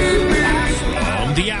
From the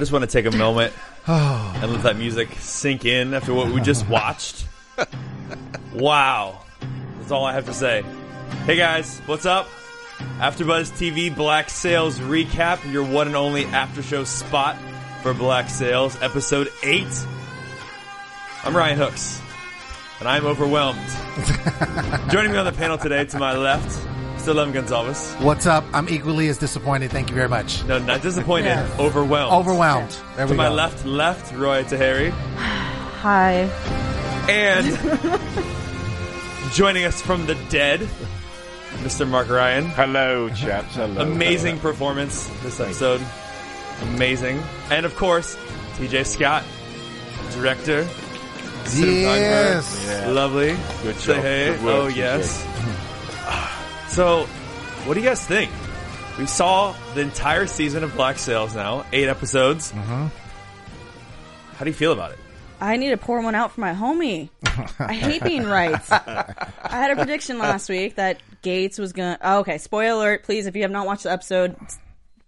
just want to take a moment and let that music sink in after what we just watched. wow. That's all I have to say. Hey guys, what's up? AfterBuzz TV Black Sales recap, your one and only after show spot for Black Sales, episode 8. I'm Ryan Hooks, and I'm overwhelmed. Joining me on the panel today to my left, still Lem Gonzalez. What's up? I'm equally as disappointed. Thank you very much. No, not disappointed, overwhelmed. Overwhelmed. There To we my go. left, left, Roy Tahari. Hi. And joining us from the dead, Mr. Mark Ryan. Hello, chaps. Hello. Amazing performance this episode. Amazing. And of course, TJ Scott, director. Yes. cinematographer. Lovely. Good Say job. hey. Good work, Oh, TJ. yes. So, what do you guys think? We saw the entire season of Black Sails now, eight episodes. Mm-hmm. How do you feel about it? I need to pour one out for my homie. I hate being right. I had a prediction last week that Gates was gonna. Oh, okay, spoiler alert, please. If you have not watched the episode, s-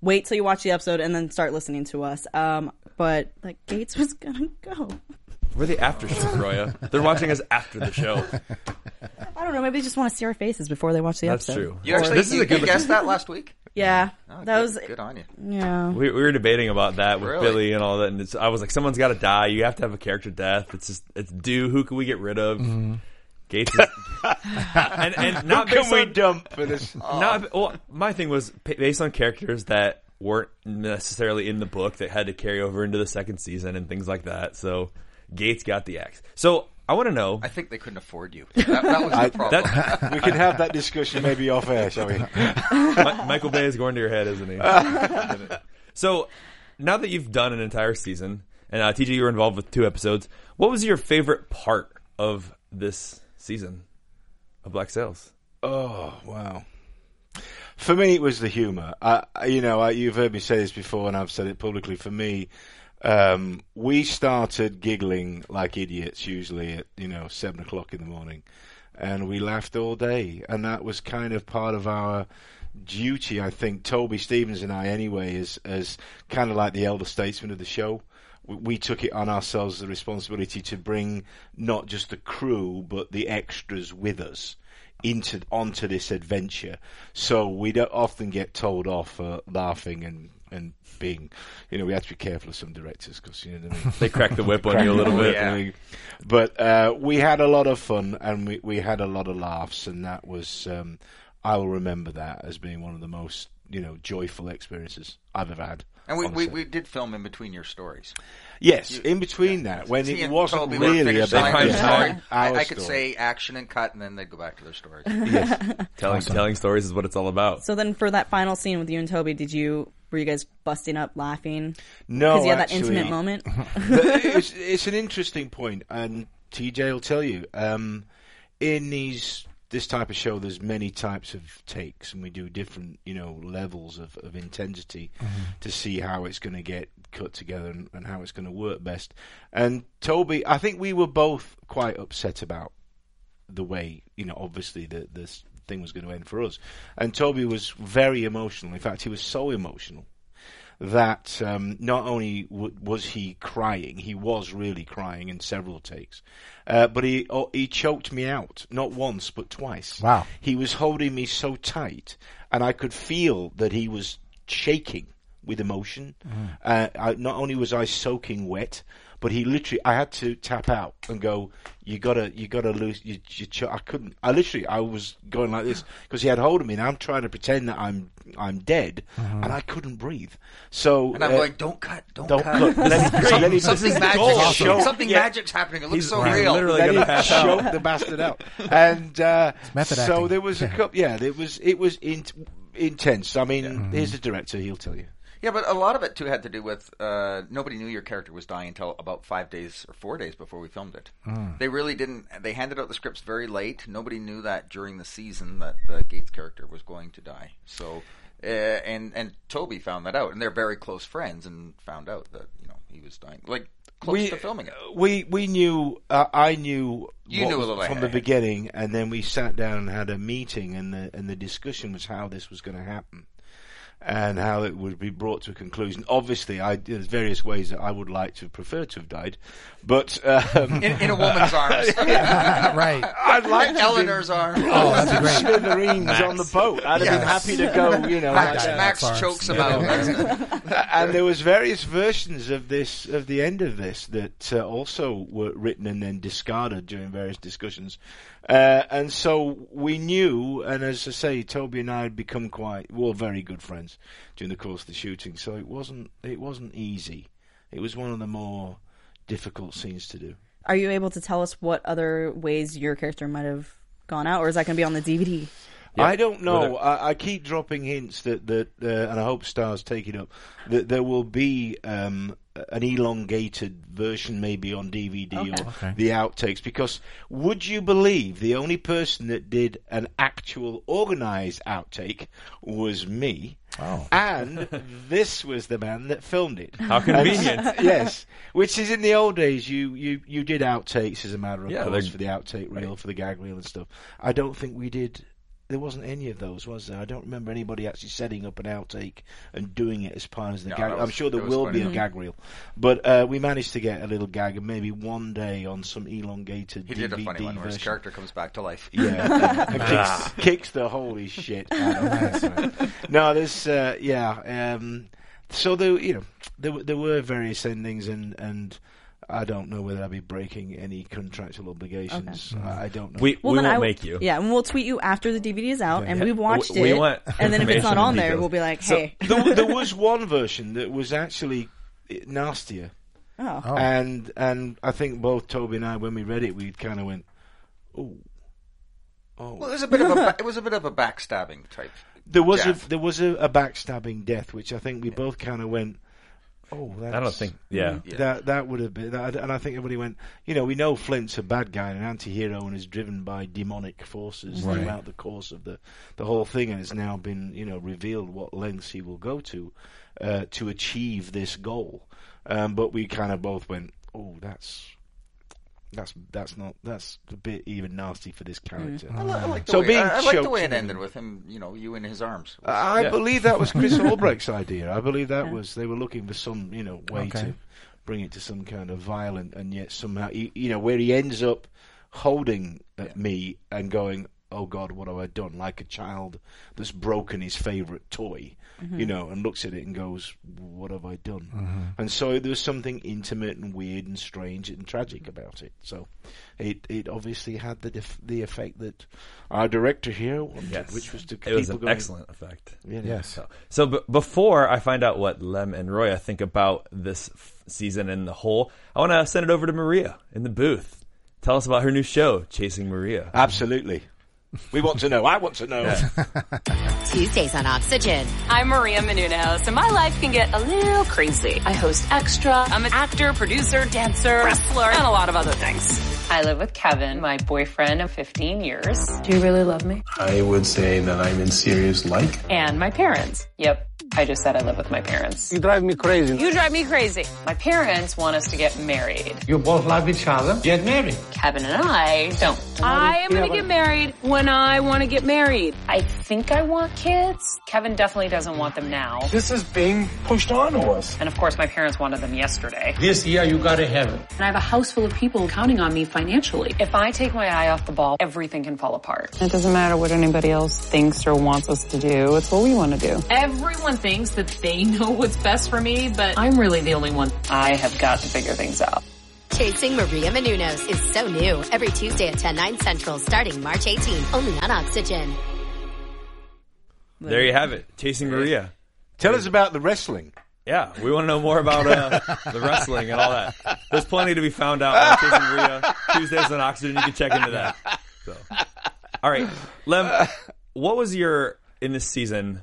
wait till you watch the episode and then start listening to us. Um, but like Gates was gonna go. We're the after show, Roya. They're watching us after the show. I don't know. Maybe they just want to see our faces before they watch the That's episode. true. You actually this you, is a good you guessed that last week. Yeah, that Oh, good, was good on you. yeah. We, we were debating about that with Really? Billy and all that, and it's, I was like, someone's got to die. You have to have a character death. It's just it's due. Who can we get rid of? Gates is, and and not Can based we on dump for this? not well. My thing was p- based on characters that weren't necessarily in the book that had to carry over into the second season and things like that. So Gates got the axe. So I want to know. I think they couldn't afford you. That, that was the problem. we can have that discussion maybe off air, shall we? Mi- Michael Bay is going to your head, isn't he? so, now that you've done an entire season, and uh, TJ, you were involved with two episodes. What was your favorite part of this season of Black Sails? Oh wow! For me, it was the humour. I, I- you know, I, you've heard me say this before, and I've said it publicly. For me, um, we started giggling like idiots usually at you know seven o'clock in the morning, and we laughed all day, and that was kind of part of our duty. I think Toby Stevens and I, anyway, as as kind of like the elder statesman of the show we- we took it on ourselves the responsibility to bring not just the crew but the extras with us into onto this adventure. So we don't often get told off for laughing and and being, you know, we have to be careful of some directors because you know. What I mean? They cracked the whip on you a little bit. Yeah. But uh, we had a lot of fun and we, we had a lot of laughs, and that was um, I will remember that as being one of the most you know joyful experiences I've ever had. and we, we, honestly. we did film in between your stories. yes, in between that when See, it and wasn't Toby would really finish about saying, the us, sorry, our I, I could story. say action and cut, and then they'd go back to their stories. Telling telling stories is what it's all about. So then, for that final scene with you and Toby, did you were you guys busting up laughing? No, because you had that actually, intimate moment. But it's, it's an interesting point, and TJ will tell you. Um, in these this type of show, there's many types of takes, and we do different, you know, levels of, of intensity to see how it's going to get cut together and, and how it's going to work best. And Toby, I think we were both quite upset about the way you know obviously the this thing was going to end for us and toby was very emotional in fact he was so emotional that um, not only w- was he crying he was really crying in several takes uh, but he oh, he choked me out not once but twice Wow. he was holding me so tight and i could feel that he was shaking with emotion uh, I, not only was i soaking wet But he literally, I had to tap out and go. You gotta, you gotta lose. You, you ch-. I couldn't. I literally, I was going like this because he had hold of me, and I'm trying to pretend that I'm, I'm dead, and I couldn't breathe. So And I'm uh, like, don't cut, don't, don't cut. cut. Let it- let it- Something this is magic, gold. is- Show- something yeah. magic's happening. It looks He's so right. real. Literally Let gonna him pass out. choke the bastard out. And uh, method so acting. there was a couple. Yeah, there was. It was in, intense. I mean, Mm. here's the director. He'll tell you. Yeah, but a lot of it too had to do with uh, nobody knew your character was dying until about five days or four days before we filmed it. They really didn't. They handed out the scripts very late. Nobody knew that during the season that the Gates character was going to die. So, uh, and and Toby found that out, and they're very close friends, and found out that you know he was dying like close to filming it. We we knew. Uh, I knew. You what knew was a little from the ahead. beginning, and then we sat down and had a meeting, and the and the discussion was how this was going to happen. And how it would be brought to a conclusion. Obviously, I, there's various ways that I would like to prefer to have died, but um, In, in a woman's arms, right. I'd like to have been- Eleanor's arms. Oh, that'd be great. Smithereens on the boat. I'd have been happy to go, you know. Max, like Max that's chokes ours. him out. that. and there was various versions of this, of the end of this, that uh, also were written and then discarded during various discussions. Uh, and so we knew, and as I say, Toby and I had become quite, well, very good friends during the course of the shooting. So it wasn't, it wasn't easy. It was one of the more difficult scenes to do. Are you able to tell us what other ways your character might have gone out, or is that going to be on the DVD? I don't know. I, I keep dropping hints that that, uh, and I hope stars take it up. That there will be um, an elongated version, maybe on DVD or the outtakes. Because would you believe the only person that did an actual organized outtake was me? Oh. And this was the man that filmed it. How convenient. yes, which is in the old days. You, you, you did outtakes as a matter of Yeah, course they're- for the outtake reel, for the gag reel and stuff. I don't think we did. There wasn't any of those, was there? I don't remember anybody actually setting up an outtake and doing it as part of the No, gag. that I'm was- sure there that was will be a funny. gag reel, but uh, we managed to get a little gag and maybe one day on some elongated He DVD did a funny one where his version. character comes back to life. Yeah, and Ah. kicks, kicks the holy shit out of us. no, this, uh, yeah. Um, so there, you know, there were- there were various endings, and and I don't know whether I'd be breaking any contractual obligations. I, I don't know. We, we won't I w- make you. Yeah, and we'll tweet you after the DVD is out, and we've watched We- we it. want and then if it's not information on and there, details. we'll be like, So- hey, there, there was one version that was actually nastier, oh, Oh. and and I think both Toby and I, when we read it, we kind of went, "Oh, Well, it was a bit of a ba- it was a bit of a backstabbing type. there was death. a there was a, a backstabbing death," which I think we both kind of went, "Oh, that's, I don't think. Yeah. Yeah. That that would have been, that, and I think everybody went. You know, we know Flint's a bad guy and an anti-hero and is driven by demonic forces throughout the course of the the whole thing, and it's now been you know revealed what lengths he will go to uh, to achieve this goal. Um, but we kind of both went, "Oh, that's." That's that's not that's a bit even nasty for this character. I, li- I like the So way, being I, I like the choked way it and- ended with him. You know, you in his arms. I believe that was Chris Albrecht's idea. I believe that was they were looking for some, you know, way Okay. to bring it to some kind of violent, and yet somehow, you, you know, where he ends up holding at me and going, "Oh God, what have I done?" Like a child that's broken his favorite toy, Mm-hmm. you know, and looks at it and goes, "What have I done?" And so there was something intimate and weird and strange and tragic about it. So it it obviously had the def- the effect that our director here wanted, Yes. which was to it was people an going, excellent effect. you know, Yes. So b- before I find out what Lem and Roya think about this f- season and the whole, I want to send it over to Maria in the booth. Tell us about her new show, Chasing Maria. Absolutely. We want to know. I want to know. Tuesdays on Oxygen. I'm Maria Menounos, and my life can get a little crazy. I host Extra. I'm an actor, producer, dancer, wrestler, and a lot of other things. I live with Kevin, my boyfriend of 15 years. Do you really love me? I would say that I'm in serious like. And my parents. Yep, I just said I live with my parents. You drive me crazy. You drive me crazy. My parents want us to get married. You both love each other, get married. Kevin and I don't. I am going to get married when I want to get married. I think I want kids. Kevin definitely doesn't want them now. This is being pushed on us. And of course, my parents wanted them yesterday. This year you gotta have it. and I have a house full of people counting on me financially. If I take my eye off the ball, everything can fall apart. It doesn't matter what anybody else thinks or wants us to do. It's what we want to do. Everyone on things that they know what's best for me, but I'm really the only one. I have got to figure things out. Chasing Maria Menounos is so new. Every Tuesday at 10, 9 central, starting March 18th, only on Oxygen. There you have it, Chasing Maria. Tell us about the wrestling. Yeah, we want to know more about uh, the wrestling and all that. There's plenty to be found out on Chasing Maria Tuesdays on Oxygen. You can check into that. So, all right, Lem, what was your in this season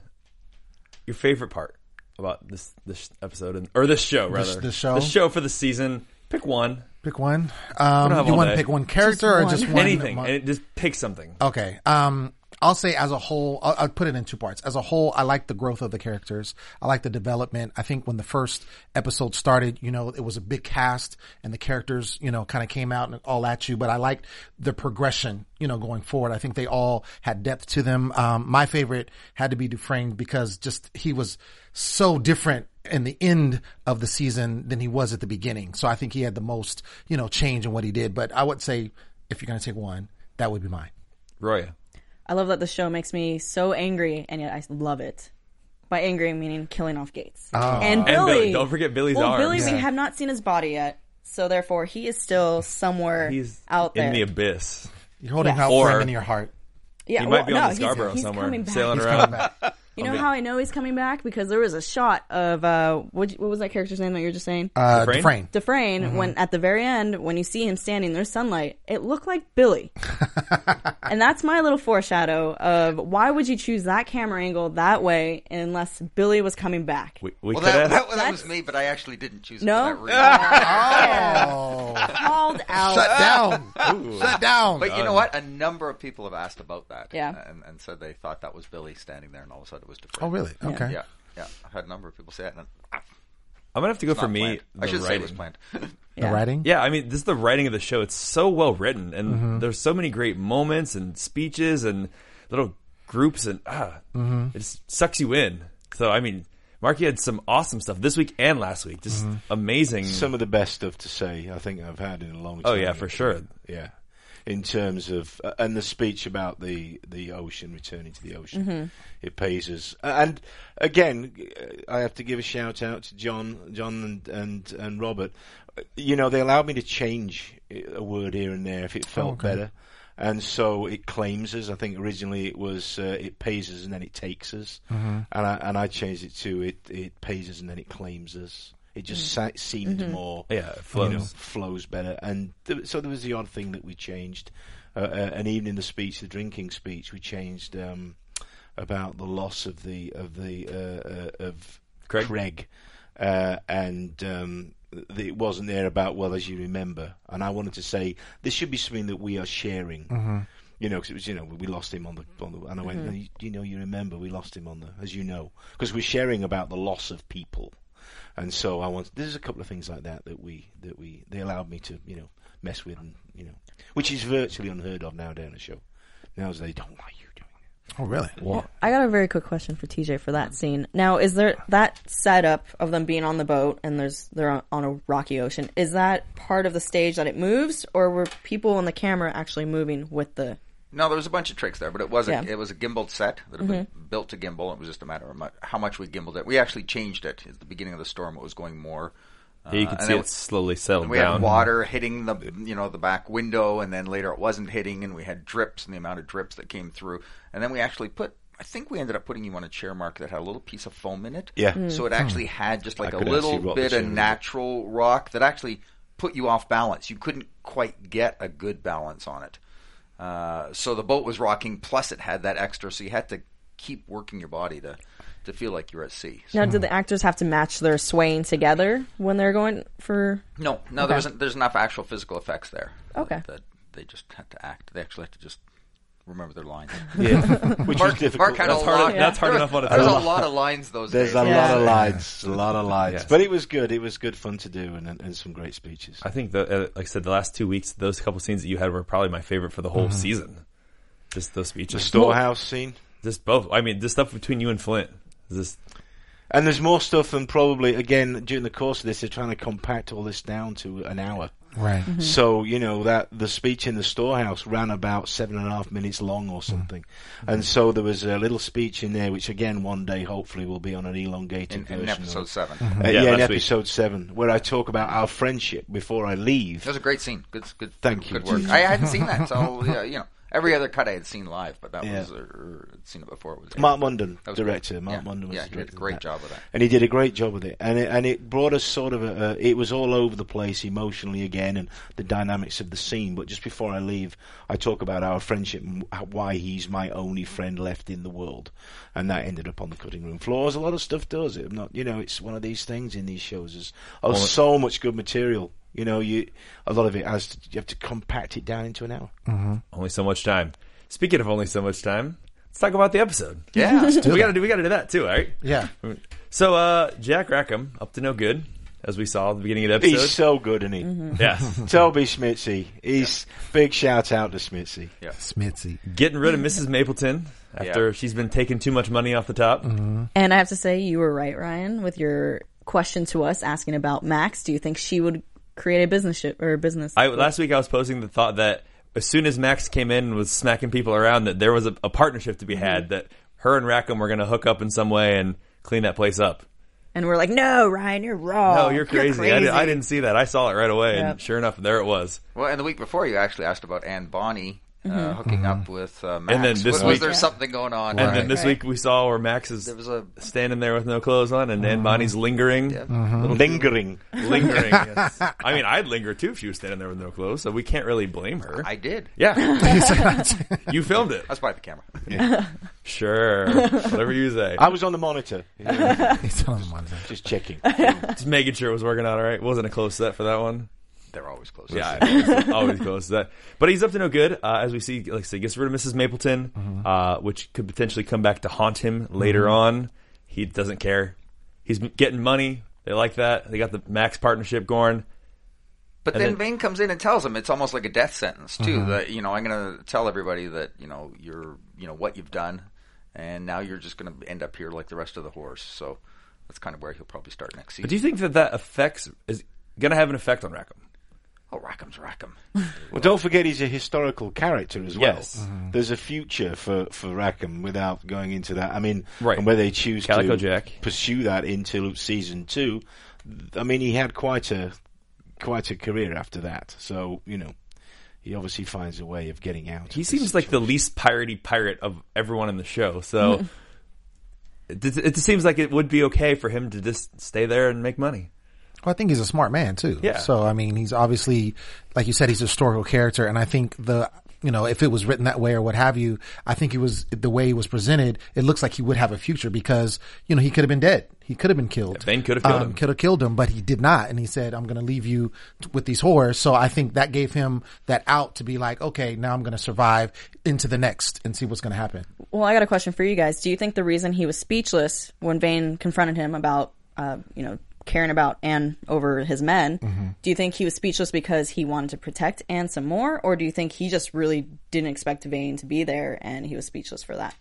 your favorite part about this this episode and or this show This- rather this show? the show for the season? Pick one. Pick one. We don't Um, have you all want day. to pick one character or just one? anything? one- And it- just pick something. Okay. Um, I'll say as a whole, I'll, I'll put it in two parts. As a whole, I like the growth of the characters. I like the development. I think when the first episode started, you know, it was a big cast and the characters, you know, kind of came out and all at you, but I liked the progression, you know, going forward. I think they all had depth to them. Um, my favorite had to be Dufresne because just he was so different in the end of the season than he was at the beginning. So I think he had the most, you know, change in what he did. But I would say if you're going to take one, that would be mine. Roya. I love that the show makes me so angry, and yet I love it. By angry, meaning killing off Gates and Billy. Don't forget Billy's well, arm. Billy, we have not seen his body yet, so therefore he is still somewhere out there. in the abyss. You're holding Yes. out Or- for him in your heart. yeah, he well, might be no, on the he's- Scarborough he's somewhere, coming back. sailing He's around. coming back. uh, You know how I know he's coming back because there was a shot of uh, what, what was that character's name that you were just saying? Uh, mm-hmm. Dufresne? Dufresne. Dufresne, when at the very end, when you see him standing, there's sunlight. It looked like Billy, and that's my little foreshadow of why would you choose that camera angle that way unless Billy was coming back? We, we Well, could that, ask. that, that was me, but I actually didn't choose it No? for that reason. Called out. Oh. Shut down. Shut down. But you know what? A number of people have asked about that. Yeah. And, and said they thought that was Billy standing there, and all of a sudden it was Dufresne. oh, really? Okay. Yeah. Yeah. I had a number of people say that. And it's I'm gonna have to go for not me. planned. I the should say it was writing. planned. The writing? Yeah, I mean, this is the writing of the show. It's so well written, and Mm-hmm. there's so many great moments and speeches and little groups, and ah, Mm-hmm. it just sucks you in. So, I mean, Marky had some awesome stuff this week and last week. Just Mm-hmm. amazing. Some of the best stuff to say I think I've had in a long time. oh yeah, for sure. Yeah. In terms of uh, and the speech about the the ocean returning to the ocean, it pays us. And again, I have to give a shout out to John, John and and, and Robert. You know, they allowed me to change uh, a word here and there if it felt better. And so it claims us. I think originally it was uh, it pays us and then it takes us, and I and I changed it to it it pays us and then it claims us. It just sa- seemed more Yeah, it you know, flows. flows better. And th- so there was the odd thing that we changed, uh, uh, and even in the speech, the drinking speech, we changed um, about the loss of the of the uh, uh, of Craig? uh, and um, th- it wasn't there about well as you remember. And I wanted to say this should be something that we are sharing. You know, because it was you know we lost him on the on the, and I went "No, you, you know you remember we lost him on the as you know because we're sharing about the loss of people and so I want. There's a couple of things like that that we that we they allowed me to you know mess with and you know, which is virtually unheard of now down the show. Now is they don't like you doing it. Oh, really? I got a very quick question for TJ for that scene. Now, is there that setup of them being on the boat and there's they're on, on a rocky ocean? Is that part of the stage that it moves, or were people on the camera actually moving with the? No, there was a bunch of tricks there, but it was a, Yeah. Mm-hmm. it was a gimbaled set that had been built to gimbal. It was just a matter of mu- how much we gimbaled it. We actually changed it at the beginning of the storm. It was going more. Yeah, you can Uh, and see it- it slowly settle And we down. had water hitting the you know the back window, and then later it wasn't hitting, and we had drips and the amount of drips that came through, and then we actually put. I think we ended up putting you on a chair mark that had a little piece of foam in it. Yeah. Mm. So it actually had just like I a could little actually rock bit the of chair. natural rock that actually put you off balance. You couldn't quite get a good balance on it. Uh, so the boat was rocking, plus it had that extra, so you had to keep working your body to to feel like you're at sea. So- Now, did the actors have to match their swaying together when they're going for? No, no, there isn't. There's enough actual physical effects there. Okay. That they just had to act. They actually had to just remember their lines. Which was difficult. Mark had That's a hard- lot. that's hard there enough on its There's a own. lot of lines those There's days. a Yeah. lot of lights, a lot of lights, Yeah. but it was good. It was good fun to do, and and, and some great speeches. I think, the, uh, like I said, the last two weeks, those couple scenes that you had were probably my favorite for the whole Mm-hmm. season. Just those The speeches, storehouse scene, just both. I mean, the stuff between you and Flint. is Just and there's more stuff, and probably again during the course of this, they're trying to compact all this down to an hour. Right. So you know that the speech in the storehouse ran about seven and a half minutes long or something, and so there was a little speech in there, which again one day hopefully will be on an elongated in, version. in or- episode seven. Yeah, Uh, yeah, in last week. episode seven, where I talk about our friendship before I leave. That was a great scene. Good, good. Thank you. Good work. I hadn't seen that, so yeah, you know, every other cut I had seen live, but that Yeah. was or, or seen it before. It was Mark Munden, That was director. great. Mark Yeah. Munden was Yeah, the he did a director of great that. job with that. and he did a great job with it. And it, and it brought us sort of a, a. It was all over the place emotionally again, and the dynamics of the scene. But just before I leave, I talk about our friendship and wh- why he's my only friend left in the world, and that ended up on the cutting room floor. As a lot of stuff does, it. I'm not, you know, it's one of these things in these shows. Is oh, so much good material. You know, you a lot of it has to, you have to compact it down into an hour. Only so much time. Speaking of only so much time, let's talk about the episode. Yeah. we gotta do we gotta do that too, all right? Yeah. So uh Jack Rackham, up to no good, as we saw at the beginning of the He's episode. so good, isn't he? yes. Toby Smitsy. He's big shout out to Smitsy. Smitsy. Getting rid of Mrs. Mapleton after Yeah. she's been taking too much money off the top. And I have to say, you were right, Ryan, with your question to us asking about Max. Do you think she would create a business ship or a business? I last week I was posting the thought that as soon as Max came in and was smacking people around, that there was a, a partnership to be had that her and Rackham were going to hook up in some way and clean that place up. and we're like, no, Ryan, you're wrong. oh, you're crazy! I, did, I didn't see that. I saw it right away, and Yep. sure enough, there it was. Well, and the week before, you actually asked about Anne Bonny uh, hooking up with uh, Max. Mm-hmm. And then this was, week- was there Yeah. something going on? And then this week we saw where Max is There was a- standing there with no clothes on, and Anne Bonnie's lingering, Lingering. lingering. Yes. I mean, I'd linger too if she was standing there with no clothes, so we can't really blame her. I did. yeah, you filmed it. That's by the camera. Sure, whatever you say. I was on the monitor. It's on the monitor. Just checking. Just making sure it was working out all right. Wasn't a close set for that one. They're always close. Yeah, always, always goes to that. But he's up to no good, uh, as we see. Like I say, gets rid of Mrs. Mapleton, uh, which could potentially come back to haunt him later on. He doesn't care. He's m- getting money. They like that. They got the Max partnership going. But And then, then- Uh-huh. Vane comes in and tells him it's almost like a death sentence too. That you know, I'm going to tell everybody that you know you're you know what you've done, and now you're just going to end up here like the rest of the horse. So that's kind of where he'll probably start next season. But do you think that that affects is going to have an effect on Rackham? oh, Rackham's Rackham. Well, don't forget he's a historical character as well. Yes. There's a future for, for Rackham without going into that. I mean, Right. and where they choose Calico to Jack. pursue that into season two. I mean, he had quite a quite a career after that. So, you know, he obviously finds a way of getting out. He seems like the least piratey pirate of everyone in the show. So it, just- it just seems like it would be okay for him to just stay there and make money. Well, I think he's a smart man too. Yeah. So I mean, he's obviously, like you said, he's a historical character, and I think the, you know, if it was written that way or what have you, I think he was the way he was presented. It looks like he would have a future because you know he could have been dead, he could have been killed. Yeah, Bane could have killed him. Could have killed him, but he did not, and he said, "I'm going to leave you t- with these horrors." So I think that gave him that out to be like, okay, now I'm going to survive into the next and see what's going to happen. Well, I got a question for you guys. Do you think the reason he was speechless when Vane confronted him about, uh, you know, caring about Anne over his men, do you think he was speechless because he wanted to protect Anne some more, or do you think he just really didn't expect Vane to be there and he was speechless for that?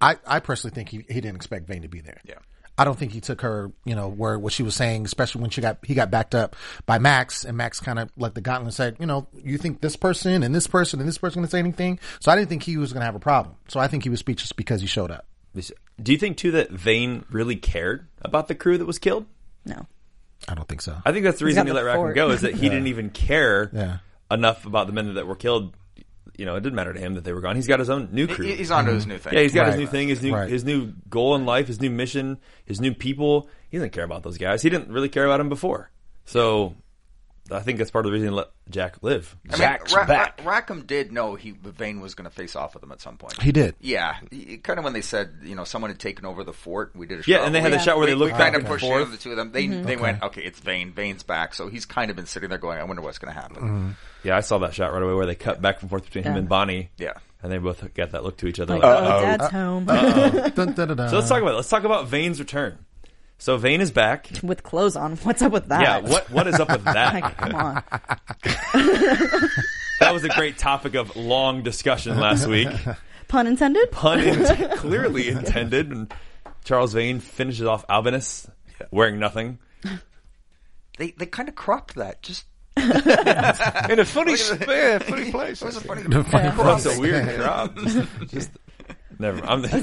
I, I personally think he, he didn't expect Vane to be there. Yeah. I don't think he took her, you know, word what she was saying, especially when she got he got backed up by Max, and Max kind of like the gauntlet and said, you know, you think this person and this person and this person going to say anything? So I didn't think he was going to have a problem. So I think he was speechless because he showed up. Do you think too that Vane really cared about the crew that was killed? No. I don't think so. I think that's the reason got he the let Rackham fort. go is that he didn't even care Yeah. enough about the men that were killed. You know, it didn't matter to him that they were gone. He's got his own new crew. He- He's onto his new thing. yeah, he's got his Right. new thing, his new Right. his new goal in life, his new mission, his new people. He doesn't care about those guys. He didn't really care about him before. So I think that's part of the reason he let Jack live. I mean, Jack's Ra- Ra- back. Rackham did know he Vane was going to face off with him at some point. he did. Yeah, kind of when they said you know someone had taken over the fort. We did a shot. Yeah, and they had the shot where they we, looked we back kind of and pushed forth. Mm-hmm. over the two of them. They they went okay, it's Vane. Vane's back, so he's kind of been sitting there going, I wonder what's going to happen. Yeah, I saw that shot right away where they cut back and forth between him Yeah. and Bonnie. Yeah. and they both got that look to each other. Like, like, oh, Dad's home Dun, dun, dun, dun. So let's talk about it. let's talk about Vane's return. So Vane is back. with clothes on. What's up with that? Yeah, what what is up with Like, that? come on. that was a great topic of long discussion last week. Pun intended. Pun in- clearly intended. And Charles Vane finishes off Albinus wearing nothing. They they kind of cropped that just in a funny, sp- yeah, funny place. It was a funny. That's a weird crop. Just, just never. mind. I'm, I'm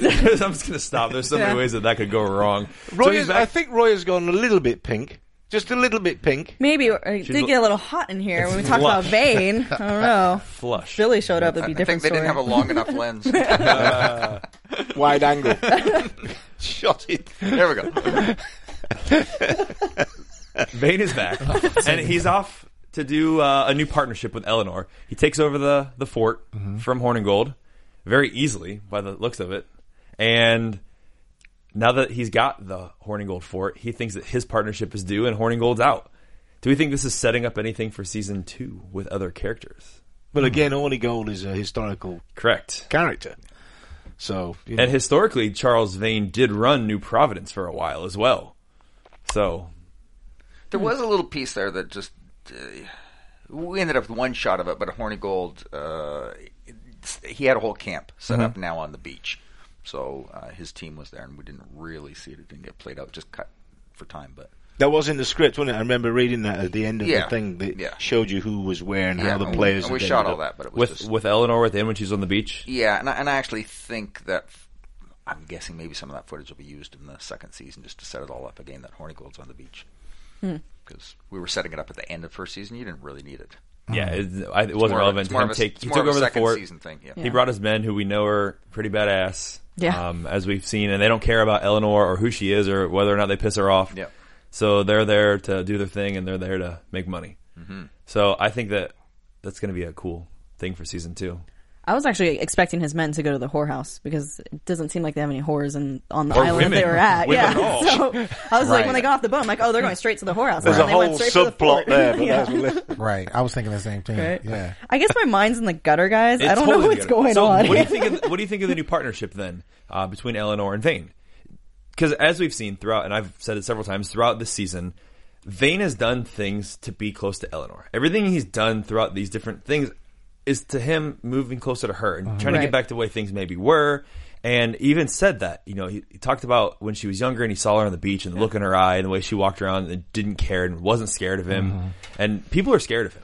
just gonna stop. There's so many Yeah. ways that that could go wrong. Roy so he's is, I back. think Roy has gone a little bit pink, just a little bit pink. Maybe uh, it l- did get a little hot in here when we talked lush. about Vane. I don't know. flush. Billy showed up, it'd be I a think they different story. didn't have a long enough lens. Wide angle. Shot it. there we go. Vane is back, Oh, and he's off to do uh, a new partnership with Eleanor. He takes over the the fort Mm-hmm. from Horn and Gold very easily by the looks of it, and now that he's got the Horn and Gold fort, he thinks that his partnership is due and Horn and Gold's out. Do we think this is setting up anything for season two with other characters? Hmm. But again, Orny Gold is a historical Correct. character. So, you know, And historically, Charles Vane did run New Providence for a while as well. So There was a little piece there that just uh, we ended up with one shot of it, but Horny Gold uh, it's- he had a whole camp set Mm-hmm. up now on the beach, so uh, his team was there, and we didn't really see it. It didn't get played out, just cut for time, but. that was in the script, wasn't it? I remember reading that at the end of Yeah. the thing that Yeah. showed you who was where and Yeah, how the and we- players. and we had shot ended all that, up. but it was with just, with Eleanor with him when she's on the beach, yeah, and I, and I actually think that I'm guessing maybe some of that footage will be used in the second season just to set it all up again. That Horny Gold's on the beach Hmm. because we were setting it up at the end of first season. You didn't really need it. Yeah, it, I, it wasn't More of a- relevant. it's to more him of a- take, it's he more took of a over the second fort. season thing, yeah. He brought his men, who we know are pretty badass. Yeah. um, as we've seen, and they don't care about Eleanor or who she is or whether or not they piss her off. Yeah. So they're there to do their thing and they're there to make money. Mm-hmm. So I think that that's going to be a cool thing for season two. I was actually expecting his men to go to the whorehouse because it doesn't seem like they have any whores in, on the Or island women. they were at. Women yeah. at all. So I was like, when they got off the boat, I'm like, oh, they're going straight to the whorehouse. There's and a they went whole straight for the subplot fort. there, but yeah. that's really- Right. I was thinking the same thing. Right. Yeah. I guess my mind's in the gutter, guys. I It's don't totally know what's together. going so on. What do you think? Of, what do you think of the new partnership then uh, between Eleanor and Vane? Because as we've seen throughout, and I've said it several times throughout this season, Vane has done things to be close to Eleanor. Everything he's done throughout these different things is to him moving closer to her and trying to get Uh-huh. Right. back to the way things maybe were. And even said that, you know, he, he talked about when she was younger and he saw her on the beach and the look in her eye and the way she walked around and didn't care and wasn't scared of him. Uh-huh. And people are scared of him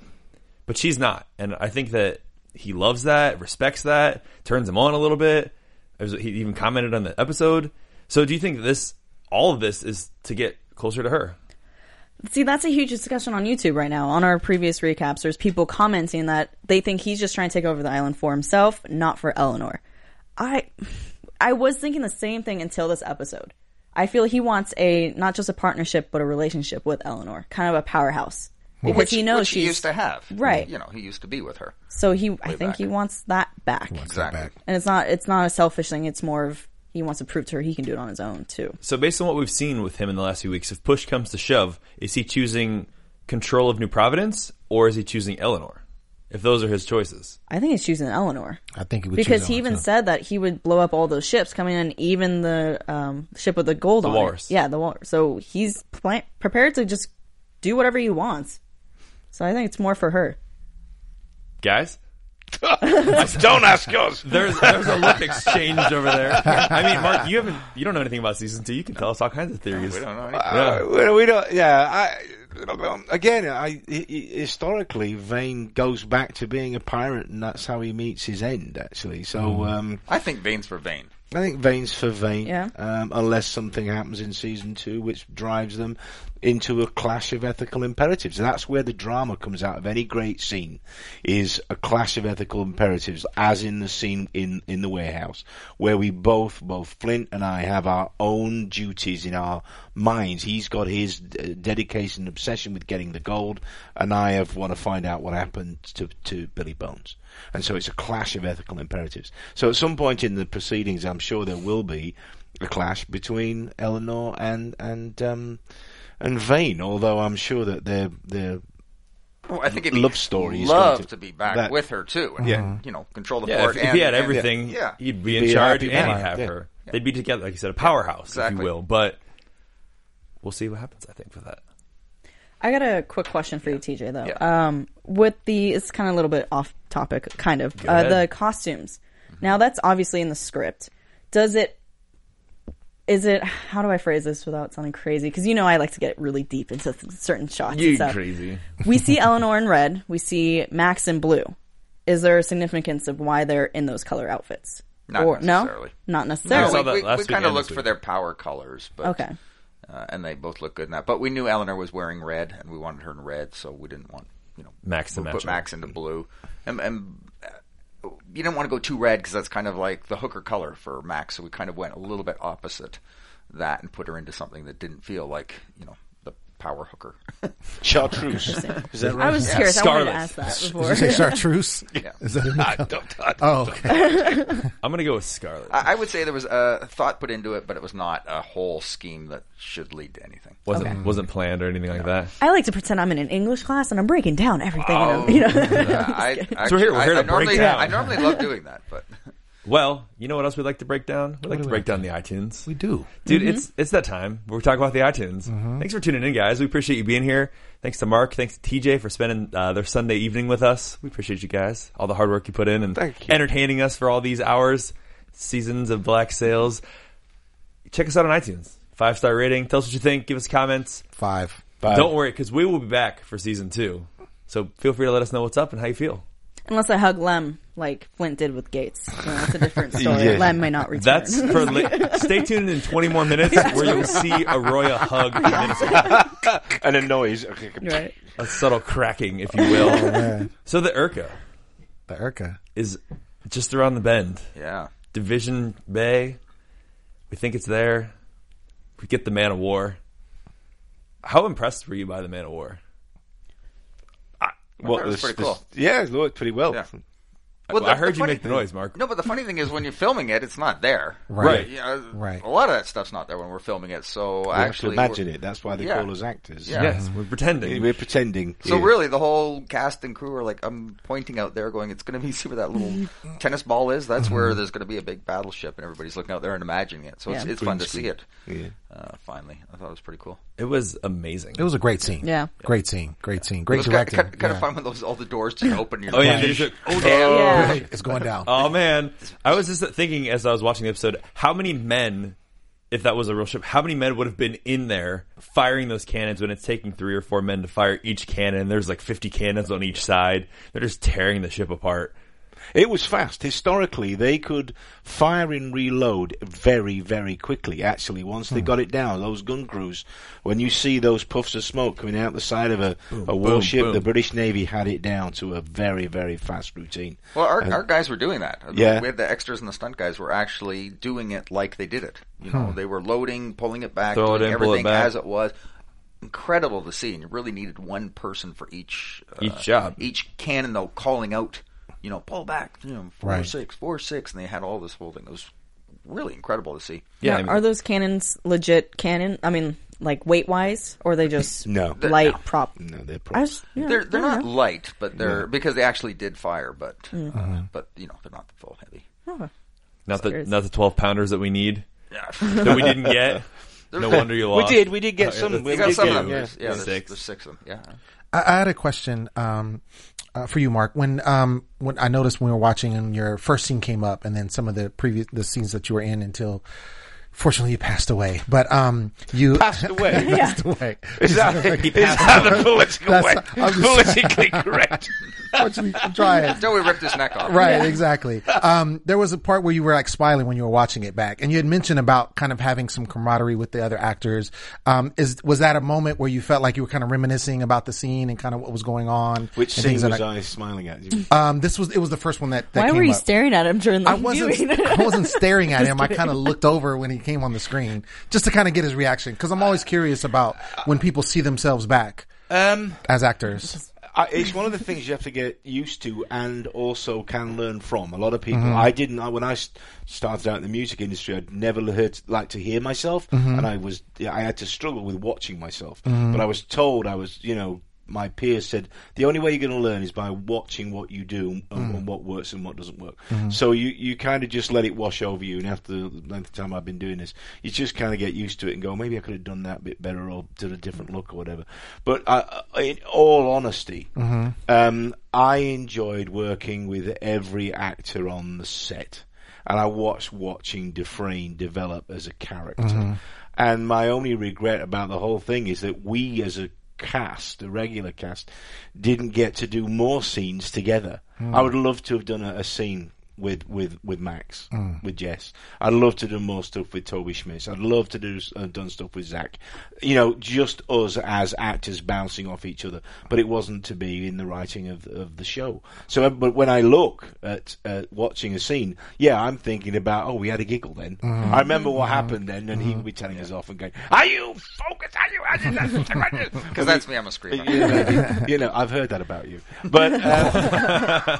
but she's not. And I think that he loves that, respects that, turns him on a little bit. It was- He even commented on the episode. So do you think this, all of this, is to get closer to her? See, that's a huge discussion on YouTube right now. On our previous recaps, there's people commenting that they think he's just trying to take over the island for himself, not for Eleanor. I I was thinking the same thing until this episode. I feel he wants a not just a partnership but a relationship with Eleanor, kind of a powerhouse. Because which he knows which she's he used to have. Right. You know, he used to be with her. so he I think back. he wants that back. Exactly. And it's not it's not a selfish thing, it's more of he wants to prove to her he can do it on his own too. So based on what we've seen with him in the last few weeks, if push comes to shove, is he choosing control of New Providence or is he choosing Eleanor? If those are his choices, I think he's choosing Eleanor. I think he would because choose he that one, even too. said that he would blow up all those ships coming in, even the um, ship with the gold on it. walrus. Yeah, the walrus. So he's pl- prepared to just do whatever he wants. So I think it's more for her. guys. Don't ask us. There's there's a look exchanged over there. I mean, Mark, you haven't you don't know anything about season two. You can tell us all kinds of theories. We don't know. Uh, well, we don't. Yeah. I, um, again, I, hi- hi- historically, Vane goes back to being a pirate, and that's how he meets his end. Actually, so Hmm. um, I think Vane's for Vane. I think Vane's for Vane, Yeah. um, unless something happens in season two, which drives them into a clash of ethical imperatives. That's where the drama comes out of any great scene, is a clash of ethical imperatives, as in the scene in in the warehouse, where we both, both Flint and I, have our own duties in our minds. He's got his uh, dedication and obsession with getting the gold, and I have want to find out what happened to to Billy Bones. And so it's a clash of ethical imperatives. So at some point in the proceedings, I'm sure there will be a clash between Eleanor and and um, and Vane. Although I'm sure that they're they're Well, I think he'd Love story is Love going to, to- be back that- with her too. And, Yeah. You know, control the Yeah, fort. if, if and, he had and- everything, Yeah. he'd be in Be a charge happy and he'd man, have yeah. her. They'd be together, like you said, a powerhouse, if Exactly. you will. But we'll see what happens. I think for that. I got a quick question for you, TJ, though. Yeah. Um, with the, it's kind of a little bit off topic, kind of. Uh, ahead. the costumes. Now, that's obviously in the script. Does it is it how do I phrase this without sounding crazy? Because you know I like to get really deep into th- certain shots. and stuff. we see Eleanor in red. We see Max in blue. Is there a significance of why they're in those color outfits? Not necessarily. No, not No, necessarily. saw we that we, last we week kind of and looked this for week. their power colors, but Okay. uh, and they both look good in that. But we knew Eleanor was wearing red, and we wanted her in red, so we didn't want you know Max to we match put up. Max into blue, and, and uh, you didn't want to go too red because that's kind of like the hooker color for Max. So we kind of went a little bit opposite that and put her into something that didn't feel like you know the power hooker. Chartreuse. Is that I right? was curious. Scarlet. I wanted to ask that Did you say before. chartreuse? Is that in the I cup? don't- I don't- Oh, okay. I'm gonna go with Scarlet. I, I would say there was a thought put into it, but it was not a whole scheme that should lead to anything. wasn't wasn't planned or anything like that. I like to pretend I'm in an English class and I'm breaking down everything. and I'm, you know, Yeah, I, actually, we're here- we're here I, to I break normally, down. I normally love doing that, but Well, you know what else we'd like to break down? We'd like to break down the iTunes. We do. Dude, it's it's that time. We're talking about the iTunes. Thanks for tuning in, guys. We appreciate you being here. Thanks to Mark. Thanks to TJ for spending uh, their Sunday evening with us. We appreciate you guys. All the hard work you put in and Thank you. entertaining us for all these hours, seasons of Black Sales. Check us out on iTunes. Five star rating. Tell us what you think. Give us comments. Five. Don't worry, because we will be back for season two. So feel free to let us know what's up and how you feel. unless I hug Lem like Flint did with Gates, you know, that's a different story. Yeah. Lem may not return. That's for li- stay tuned in 20 more minutes where you'll see Arroya hug Minnesota. And a noise. right. a subtle cracking, if you will. so the Urca The Urca. is just around the bend, yeah. Division Bay. We think it's there. We get the Man of War. How impressed were you by the Man of War? that was pretty cool. yeah, it looked pretty well. Yeah. Well, I the- heard you the funny- make the noise, Mark. No, but the funny thing is when you're filming it, it's not there. Right. You know, Right. A lot of that stuff's not there when we're filming it. So We have to actually, imagine we're- it. That's why they Yeah. call us actors. Yeah. Yes, we're pretending. We're pretending. So Yeah. really, the whole cast and crew are like, I'm pointing out there, going, "It's going to be see where that little tennis ball is. That's where there's going to be a big battleship, and everybody's looking out there and imagining it. So it's, Yeah. it's fun to see it. Yeah. Uh, finally, I thought it was pretty cool. It was amazing. It was a great scene. Yeah. Great scene. Great scene. It Great was kind, directing. kind, kind Yeah. of fun when those all the doors just open. You're Oh yeah, like, they just- oh damn! Yeah. It's going down. Oh man, I was just thinking as I was watching the episode, how many men, if that was a real ship, how many men would have been in there firing those cannons when it's taking three or four men to fire each cannon? There's like 50 cannons on each side. They're just tearing the ship apart. It was fast. Historically, they could fire and reload very, very quickly. Actually, once they got it down, those gun crews, when you see those puffs of smoke coming out the side of a, a warship, boom. the British Navy had it down to a very, very fast routine. Well, our, our guys were doing that. Yeah. we had the extras and the stunt guys were actually doing it like they did it. You Hmm. know, they were loading, pulling it back, Throw it doing in, pull it everything back. as it was. Incredible to see, and you really needed one person for each uh, Each job. each cannon though calling out, you know, pull back, you know, four Right. six, four six, and they had all this whole thing. It was really incredible to see. Yeah, Now, I mean- are those cannons legit cannon? I mean, like weight wise, or are they just No. They're- light prop? No, they're props. I was, yeah, They're they're I don't not know. light, but they're because they actually did fire, but Uh-huh. uh, but you know they're not the full heavy. Not the Serious. not the 12 pounders that we need that we didn't get. No wonder you We lost. did. We did get some. that's- we You got did some get of them. yeah. There's, yeah, there's, Six. there's six of them. Yeah. I, I had a question um, uh, for you, Mark. When um, when I noticed when we were watching and your first scene came up, and then some of the previous the scenes that you were in until. Fortunately, you passed away, but um, you Passed away. passed away. Is that, is that the political That's- way? I'm just- Politically correct. Fortunately, I'm trying. Until we ripped his neck off. Right, exactly. Um, there was a part where you were like smiling when you were watching it back, and you had mentioned about kind of having some camaraderie with the other actors. Um, is was that a moment where you felt like you were kind of reminiscing about the scene and kind of what was going on? Which and scene things was that I- I smiling at? You? Um, this was it was the first one that, that Why came were you up. staring at him during the I wasn't. viewing? I wasn't staring at him. I kind of looked over when he came on the screen just to kind of get his reaction because I'm always curious about when people see themselves back Um, as actors. I, it's one of the things you have to get used to and also can learn from. A lot of people, I didn't. I, when I s- started out in the music industry, I'd never heard like to hear myself, and I was yeah, I had to struggle with watching myself. But I was told I was, you know, my peers said the only way you're going to learn is by watching what you do and, and what works and what doesn't work. So you you kind of just let it wash over you. And after the length of time I've been doing this, you just kind of get used to it and go, maybe I could have done that a bit better or did a different look or whatever. But I, I- in all honesty, um, I enjoyed working with every actor on the set. and I watched watching Dufresne develop as a character. And my only regret about the whole thing is that we as a cast, a regular cast, didn't get to do more scenes together. I would love to have done a, a scene with with with Max, with Jess. I'd love to do more stuff with Toby Schmitz. I'd love to do uh, done stuff with Zach. You know, just us as actors bouncing off each other. But it wasn't to be in the writing of of the show. So, uh, but when I look at uh, watching a scene, yeah, I'm thinking about oh, we had a giggle then. I remember what happened then, and he would be telling us off and going, "Are you focused? Are you?" Are you Because that's me, I'm a screamer. yeah, you know, I've heard that about you, but. Uh,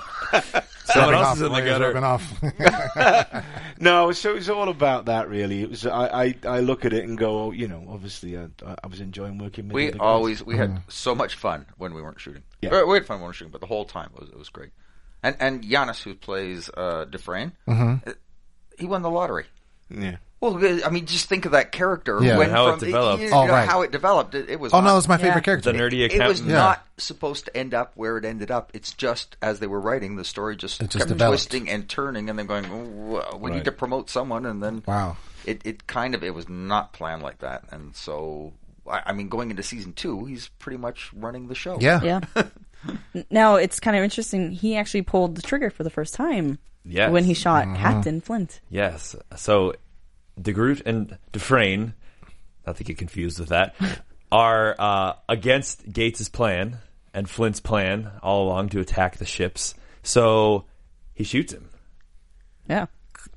Someone Rubbing else off, is in the Blaze, rubbing gutter. off. No, so it's all about that, really. It was I, I, I look at it and go, oh, you know, obviously I, I was enjoying working. with We the guys. always we had Mm. so much fun when we weren't shooting. Yeah. Or, we had fun when we were shooting, but the whole time it was it was great. And and Giannis, who plays uh, Dufresne, Mm-hmm. uh, he won the lottery. yeah. Well, uh, I mean, just think of that character. Yeah. went How it from, developed. you Oh, know, right. How it developed. It, it was. oh no, not- it's my favorite Yeah. character. The nerdy It was accountant. not supposed to end up where it ended up. It's just as they were writing, the story just, It just kept developed. twisting and turning, and then going, oh, wh- "We need to promote someone," and then Wow. it it kind of it was not planned like that, and so I, I mean, going into season two, he's pretty much running the show. Yeah. Yeah. N- now it's kind of interesting. He actually pulled the trigger for the first time. Yes. When he shot Captain Flint. Yes. So, De Groot and Dufresne, not to get confused with that, are uh, against Gates' plan and Flint's plan all along to attack the ships. So he shoots him. Yeah.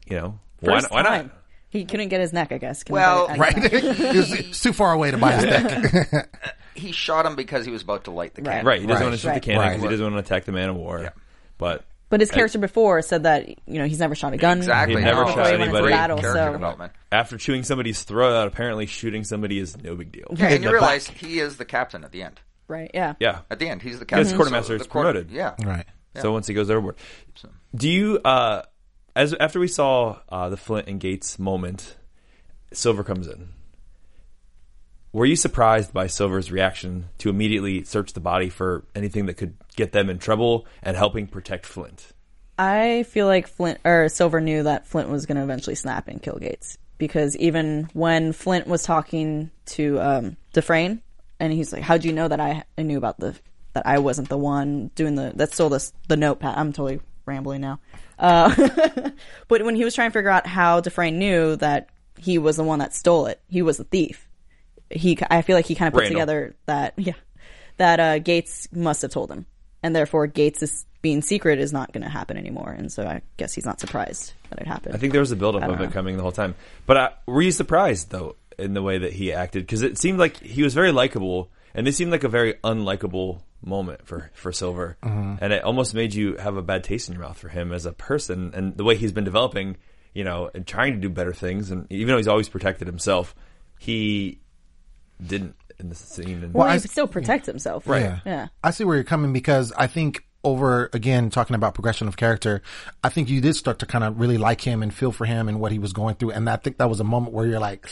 You know why? Not, First why not? time. He couldn't get his neck, I guess. Couldn't Well, get it- Right? it's, it's too far away to buy his deck. He shot him because he was about to light the Right. candle. Right. He doesn't Right. want to shoot Right. the cannon because he Right. doesn't want to attack the man of war. But But his character before said that you know he's never shot a gun. Exactly. He never No, shot great anybody. Battle, character so- development. after chewing somebody's throat out, apparently shooting somebody is no big deal. Yeah, in and the you realize he is the captain at the end. Right. Yeah. Yeah. At the end, he's the captain. Because quartermaster so is the quarter- promoted. Yeah. Right. So once he goes overboard, do you uh, as after we saw uh, the Flint and Gates moment, Silver comes in. Were you surprised by Silver's reaction to immediately search the body for anything that could get them in trouble and helping protect Flint? I feel like Flint or Silver knew that Flint was going to eventually snap and kill Gates because even when Flint was talking to um, Dufresne and he's like, "How'd you know that I, I knew about the that I wasn't the one doing the that stole this the notepad?" I'm totally rambling now. Uh, but when he was trying to figure out how Dufresne knew that he was the one that stole it, he was the thief. He, I feel like he kind of put Randall. together that yeah that uh, Gates must have told him, and therefore Gates is being secret is not going to happen anymore. And so I guess he's not surprised that it happened. I think there was a buildup don't of it know. coming the whole time. But uh, were you surprised though in the way that he acted? Because it seemed like he was very likable, and this seemed like a very unlikable moment for for Silver, and it almost made you have a bad taste in your mouth for him as a person and the way he's been developing, you know, and trying to do better things. And even though he's always protected himself, he didn't in the scene. And well, I he s- still protects himself, right? Yeah. I see where you're coming because I think over again talking about progression of character, I think you did start to kind of really like him and feel for him and what he was going through. And I think that was a moment where you're like,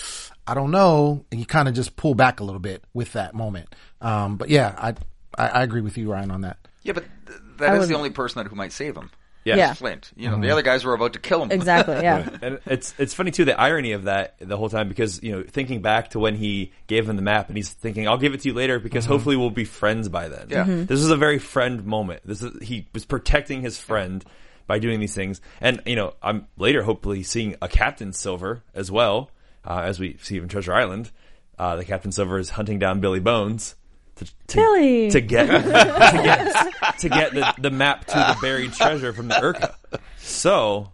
I don't know, and you kind of just pull back a little bit with that moment. Um, but yeah, I, I I agree with you, Ryan, on that. Yeah, but th- that is would- the only person that, who might save him. Yeah. Mm-hmm. Flint. You know, the other guys were about to kill him. Exactly. Yeah. And it's it's funny too the irony of that the whole time because you know thinking back to when he gave him the map and he's thinking I'll give it to you later because hopefully we'll be friends by then. Yeah. Mhm. This is a very friend moment. This is he was protecting his friend by doing these things and you know I'm later hopefully seeing a Captain Silver as well uh, as we see in Treasure Island. Uh, the Captain Silver is hunting down Billy Bones. To, to, Billy. to get to get to get the, the map to the buried treasure from the Urca. So,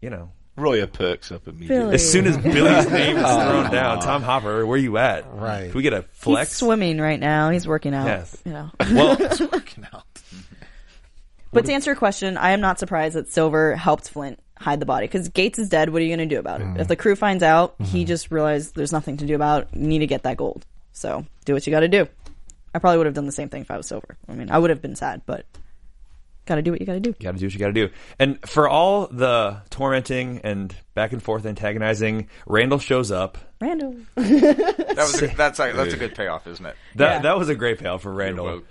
you know, Roya perks up immediately. Billy. as soon as Billy's name is thrown down, Tom Hopper, where you at? Right. Can we get a He's flex? swimming right now. He's working out. Yes. You know. well, Fucking hell. But to answer your question, I am not surprised that Silver helped Flint hide the body because Gates is dead. What are you going to do about it? If the crew finds out, he just realized there's nothing to do about. You need to get that gold. So do what you got to do. I probably would have done the same thing if I was Silver. I mean, I would have been sad, but got to do what you got to do. got to do what you got to do. And for all the tormenting and back and forth antagonizing, Randall shows up. Randall. That was a, that's a, that's a good payoff, isn't it? That that was a great payoff for Randall.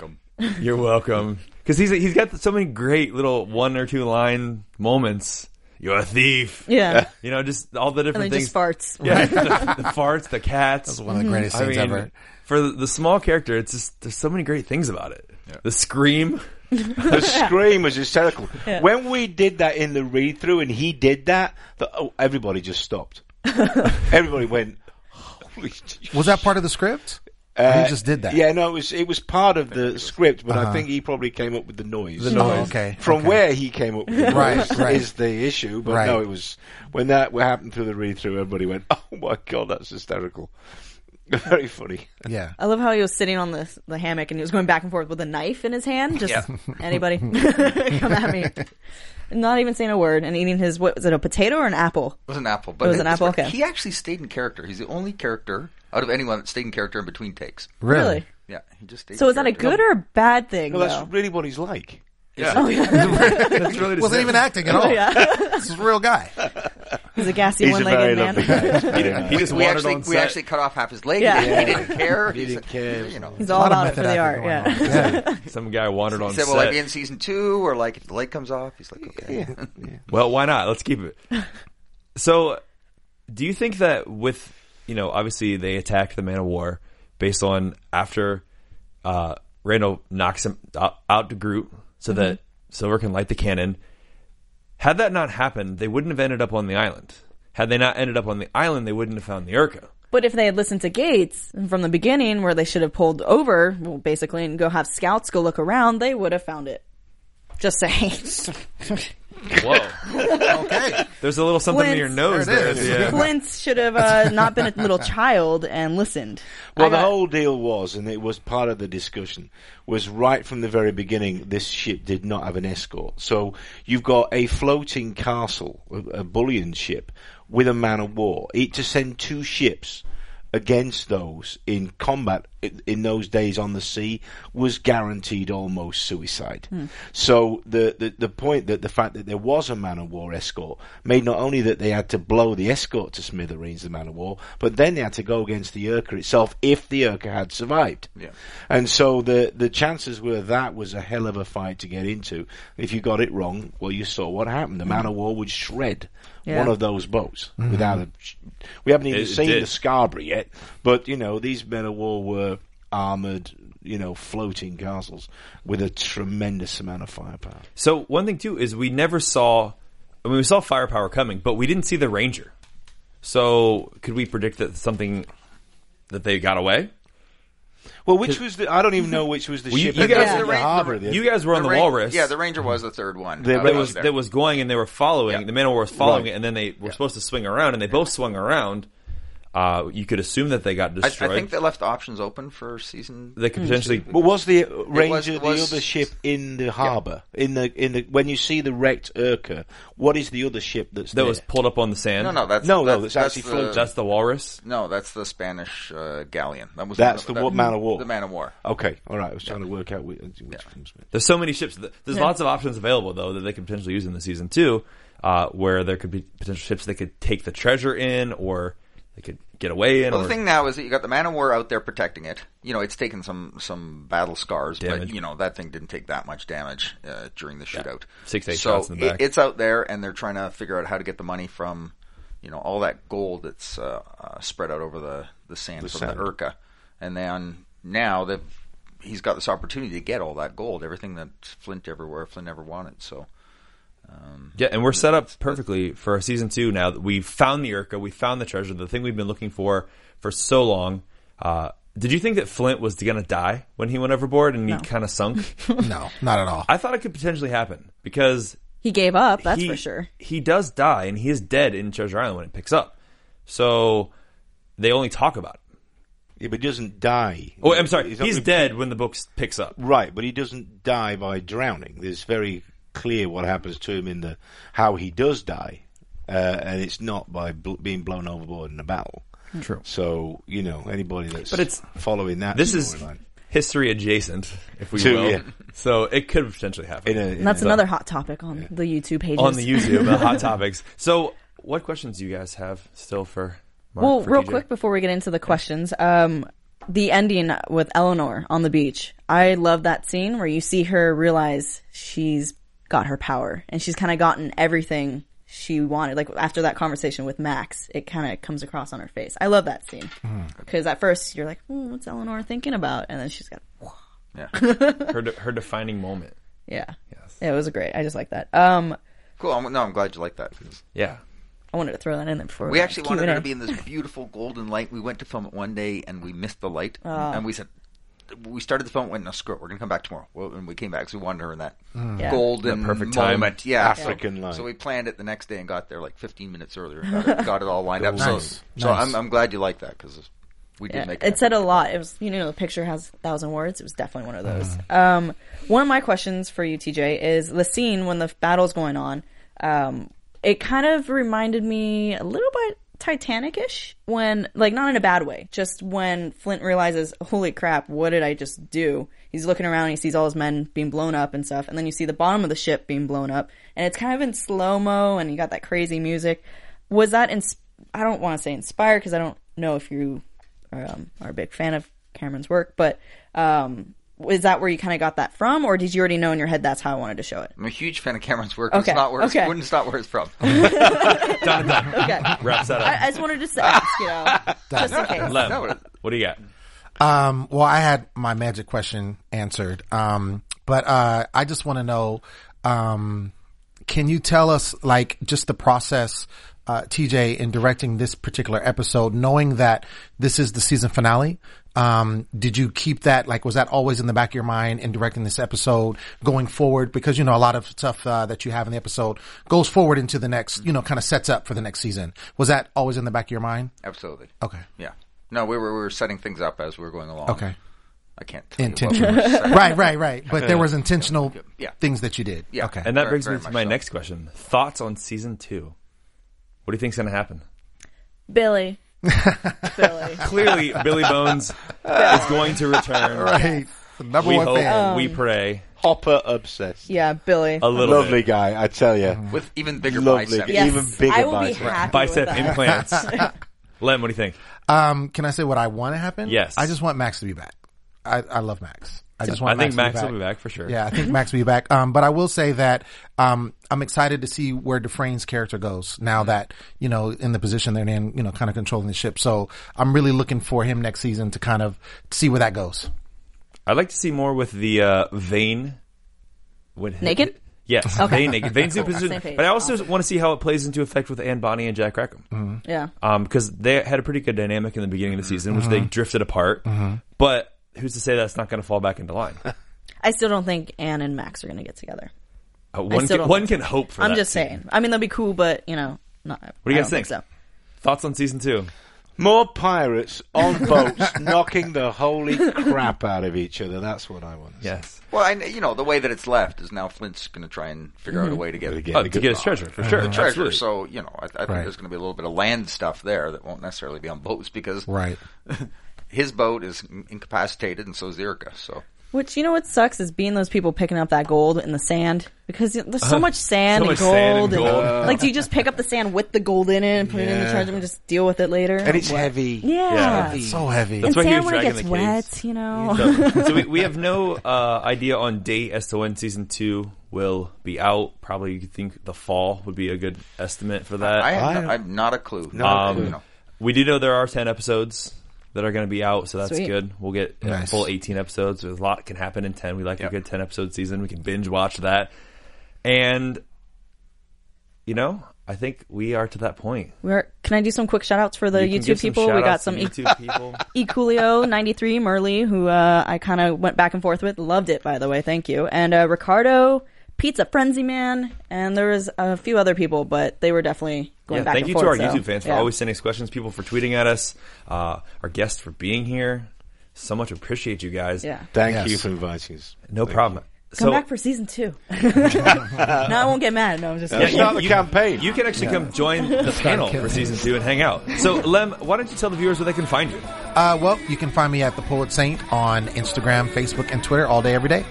You're welcome. Because he's he's got so many great little one or two line moments "You're a thief." Yeah. You know, just all the different And then things. just farts. Yeah, the, the farts, the cats. That's one of the greatest things ever. For the, the small character, it's just there's so many great things about it. The scream. The scream was hysterical. When we did that in the read through and he did that, the, oh, everybody just stopped. everybody went, holy sh- Was that part of the script? Or Uh, he just did that. Yeah, no, it was it was part of the script, but I think he probably came up with the noise. The Uh-huh. noise. Oh, okay, From okay. where he came up with the Right, noise right. is the issue. But Right. no, it was when that happened through the read through. Everybody went, "Oh my god, that's hysterical." Very funny. Yeah. I love how he was sitting on the the hammock and he was going back and forth with a knife in his hand. Just anybody come at me. Not even saying a word and eating his what was it a potato or an apple? It was an apple, but It was an it's- apple, okay. He actually stayed in character. He's the only character out of anyone that stayed in character in between takes. Really? Yeah, he just stayed. So in is that a character. good or a bad thing? Well, though? that's really what he's like. Oh, That's really Wasn't even acting at all. yeah, This is a real guy. he's a gassy he's a one-legged very man. lovely guy. He's very He nice. just We wandered actually on we set. actually cut off half his leg. Yeah. He, didn't care. He He's didn't like, care. You know. He's A all lot of about it for method the acting art. Yeah. going on. Yeah. Some guy wandered on He said, set. "Will I be in season two, or like if the leg comes off?" He's like, "Okay." Well, why not? Let's keep it. so, do you think that with you know, obviously they attack the man of war based on after uh, Randall knocks him out, out to Groot so Mm-hmm. that Silver can light the cannon. Had that not happened, they wouldn't have ended up on the island. Had they not ended up on the island, they wouldn't have found the Urca. But if they had listened to Gates from the beginning, where they should have pulled over, well, basically, and go have scouts go look around, they would have found it. Just saying. Whoa! Okay. There's a little something in Clint, your nose there there. it at is. the end. Clint should have uh, not been a little child and listened. Well, I the got- whole deal was, and it was part of the discussion, was right from the very beginning. This ship did not have an escort, so you've got a floating castle, a, a bullion ship, with a man of war. It to send two ships against those in combat i- in those days on the sea was guaranteed almost suicide. So the, the the point that the fact that there was a man of war escort made not only that they had to blow the escort to smithereens, the man of war, but then they had to go against the Urca itself if the Urca had survived. Yeah. And so the the chances were that was a hell of a fight to get into. If you got it wrong, well, you saw what happened. The man of war would shred Yeah. one of those boats without a. We haven't even It seen did. the Scarborough yet, but you know these men of war were armored, you know, floating castles with a tremendous amount of firepower. So one thing too is we never saw. I mean, we saw firepower coming, but we didn't see the ranger. So could we predict that something that they got away? Well, which was the? I don't even know which was the Well, you- ship. you that guys- was in Yeah. the the harbour. You guys were on the, Ra- walrus. Yeah, the ranger was the third one. The Uh, Ranger that was there. that was going, and they were following. Yeah. The man of war was following Right. it, and then they were supposed to swing around, and they both swung around. Uh, you could assume that they got I, I destroyed. think they left options open for season. they could potentially. But was the Ranger was- the was- other ship in the harbour? In the in the when you see the wrecked Urca, what is the other ship that's That there? was pulled up on the sand. no, no, that's No, no, that's, that's actually the- floating. that's the walrus. no, that's the Spanish uh, galleon. That was That's one of- the what man of war? The man of war. Okay, all right. I was trying to work out which, which films. There's so many ships. that- There's lots of options available though that they could potentially use in the season two, uh, where there could be potential ships they could take the treasure in, or they could get away in. Well, or- the thing now is that you got the man of war out there protecting it. You know, it's taken some some battle scars, Damage. but you know that thing didn't take that much damage uh, during the shootout. Six, eight so shots in the it- back. it's out there, and they're trying to figure out how to get the money from, you know, all that gold that's uh, uh, spread out over the the sand from sand. the Urca, and then now they've he's got this opportunity to get all that gold, everything that Flint everywhere Flint ever wanted. So Yeah, and we're set up perfectly for season two now that we've found the Urca, we found the treasure, the thing we've been looking for for so long. Uh, did you think that Flint was going to die when he went overboard and he kind of sunk? No, not at all. I thought it could potentially happen because he gave up. That's he, for sure. He does die and he is dead in Treasure Island when it picks up. So they only talk about it. Yeah, but he doesn't die. Oh, I'm sorry. not he's re- dead when the book s- picks up. Right, but he doesn't die by drowning. It's very clear what happens to him in the how he does die, uh, and it's not by bl- being blown overboard in a battle. True. So you know anybody that's But it's- following that. This is storyline- history adjacent, if we To- will. yeah. So it could potentially happen. in a- in And that's a- another hot topic on the YouTube pages. on the YouTube, the hot topics. So, what questions do you guys have still for? Mark, Well, for real TJ? quick before we get into the questions, um, the ending with Eleanor on the beach. I love that scene where you see her realize she's got her power and she's kind of gotten everything she wanted. Like after that conversation with Max, it kind of comes across on her face. I love that scene because at first you're like, "Hmm, "What's Eleanor thinking about?" And then she's got, Yeah. her de- her defining moment. yeah, it was great. I just like that. Um, Cool. I'm, no, I'm glad you like that. 'cause Yeah. I wanted to throw that in there before We actually Q&A. wanted her to be in this beautiful golden light. We went to film it one day and we missed the light. Oh. And we said, we started the film. Went no screw it. We're gonna come back tomorrow. Well, and we came back. So we wanted her in that Yeah. golden That perfect time. moment. Yeah, African so, light. So we planned it the next day and got there like 15 minutes earlier. And got, it, got it all lined up. So, Nice. so Nice. I'm, I'm glad you like that because we did Yeah, make it it. said a lot. It was you know the picture has a thousand words. It was definitely one of those. Um, one of my questions for you, TJ, is the scene when the battle's going on. Um, it kind of reminded me a little bit Titanic-ish when, like, not in a bad way. Just when Flint realizes, "Holy crap, what did I just do?" He's looking around, he sees all his men being blown up and stuff, and then you see the bottom of the ship being blown up, and it's kind of in slow mo, and you got that crazy music. Was that ins- I don't want to say inspired because I don't know if you are, um, are a big fan of Cameron's work, but um, is that where you kind of got that from, or did you already know in your head that's how I wanted to show it? I'm a huge fan of Cameron's work. Okay, It's not where it's, okay. Wouldn't stop where it's from. Done, done. Okay, I, Wraps that up. I just wanted to s- ask, you know, just in case. Lem, what do you got? Um, well, I had my magic question answered. Um, but, uh, I just want to know, um, can you tell us like just the process, uh, TJ in directing this particular episode, knowing that this is the season finale? Um, did you keep that, like, was that always in the back of your mind in directing this episode going forward? Because, you know, a lot of stuff, uh, that you have in the episode goes forward into the next, you know, kind of sets up for the next season. Was that always in the back of your mind? Absolutely. Okay. Yeah. No, we were we were setting things up as we were going along. Okay. I can't. Tell you what we were intentional. setting right, right, right. But there was intentional Yeah. things that you did. Yeah. Okay. And that Very- brings me very to much my so. next question. Thoughts on season two? What do you think's going to happen? Billy. Billy. Clearly, Billy Bones is going to return. right. The number We one hope, fan. we pray. Hopper obsessed. Yeah, Billy. A little Lovely bit. guy, I tell you. With even bigger Lovely. biceps. yes, even bigger I will bicep. be happy bicep with that. implants. Lem, what do you think? Um, can I say what I want to happen? Yes. I just want Max to be back. I, I love Max. I just want. I think Max, Max to will be back for sure. Yeah, I think Max will be back. Um, but I will say that um, I'm excited to see where Dufresne's character goes now that you know in the position they're in, you know, kind of controlling the ship. So I'm really looking for him next season to kind of see where that goes. I'd like to see more with the uh, vein. What- Naked? Yes, vein naked. Vein's new position. Same page. But I also want to see how it plays into effect with Anne Bonny and Jack Rackham. Yeah. um, because they had a pretty good dynamic in the beginning of the season, which they drifted apart. But who's to say that's not going to fall back into line? Uh, I still don't think Anne and Max are going to get together. one still can, don't one can think hope for I'm that just too. saying. I mean, they'll be cool, but, you know, not. What do you I guys don't think? think? so. Thoughts on season two? More pirates on boats knocking the holy crap out of each other. That's what I want. to see. Yes. Well, I, you know, the way that it's left is now Flint's going to try and figure out a way to get, Again, Oh, to the get good his treasure, for sure. the treasure. Absolutely. So, you know, I, I think Right. there's going to be a little bit of land stuff there that won't necessarily be on boats because Right. his boat is in- incapacitated and so is Zirka. So, Which you know what sucks is being those people picking up that gold in the sand because you- there's so much sand, Uh-huh. so and, much sand gold and gold. like do you just pick up the sand with the gold in it and put it in the Yeah. treasure and just deal with it later? And it's heavy. yeah, Yeah. and So heavy. That's why he sand was when it dragging gets the caves. wet, you know. So, so we, we have no uh, idea on date as to when season two will be out. Probably you think the fall would be a good estimate for that. I have no, I'm not a clue. Um, You know. We do know there are 10 episodes that are going to be out, so that's Sweet. good. We'll get uh, Nice. full 18 episodes. A lot can happen in 10. We like Yep. a good 10 episode season. We can binge watch that. And, you know, I think we are to that point. We're, can I do some quick shout outs for the You can give YouTube some people? We got shout-outs some to e- YouTube people. Eculio93 Merly, who uh, I kind of went back and forth with. Loved it, by the way. Thank you. And uh, Ricardo, Pizza Frenzy Man, and there was a few other people, but they were definitely going Yeah, back thank and you forth. to our so, YouTube fans for yeah. always sending us questions, people for tweeting at us, uh, our guests for being here. So much appreciate you guys. Yeah. Thank Yes. you for inviting us. No problem. Come so, back for season two. no, I won't get mad. No, I'm just Yeah, Start the campaign. You can actually come join the panel for season two and hang out. So, Lem, why don't you tell the viewers where they can find you? Uh, well, you can find me at the Poet Saint on Instagram, Facebook, and Twitter all day, every day.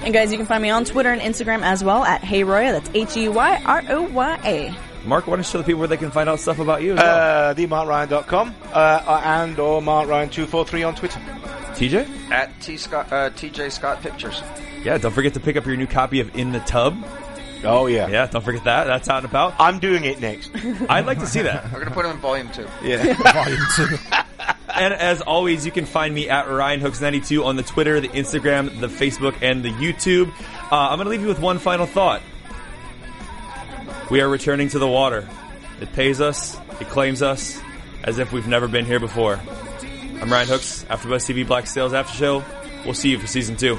And guys, you can find me on Twitter and Instagram as well at Hey Roya. That's H E Y R O Y A. Mark, why don't you tell the people where they can find out stuff about you? As well? Uh, themarkryan.com uh, and or markryan243 on Twitter. TJ? At T Scott, uh, TJ Scott Pictures. Yeah, don't forget to pick up your new copy of In the Tub. Oh yeah. Yeah, don't forget that. That's out and about. I'm doing it next. I'd like to see that. We're going to put him in volume two. Yeah. Volume two. And as always, you can find me at Ryan Hooks 92 on the Twitter, the Instagram, the Facebook, and the YouTube. Uh, I'm going to leave you with one final thought. We are returning to the water. It pays us, it claims us, as if we've never been here before. I'm Ryan Hooks, AfterBuzz TV Black Sales After Show. We'll see you for season two.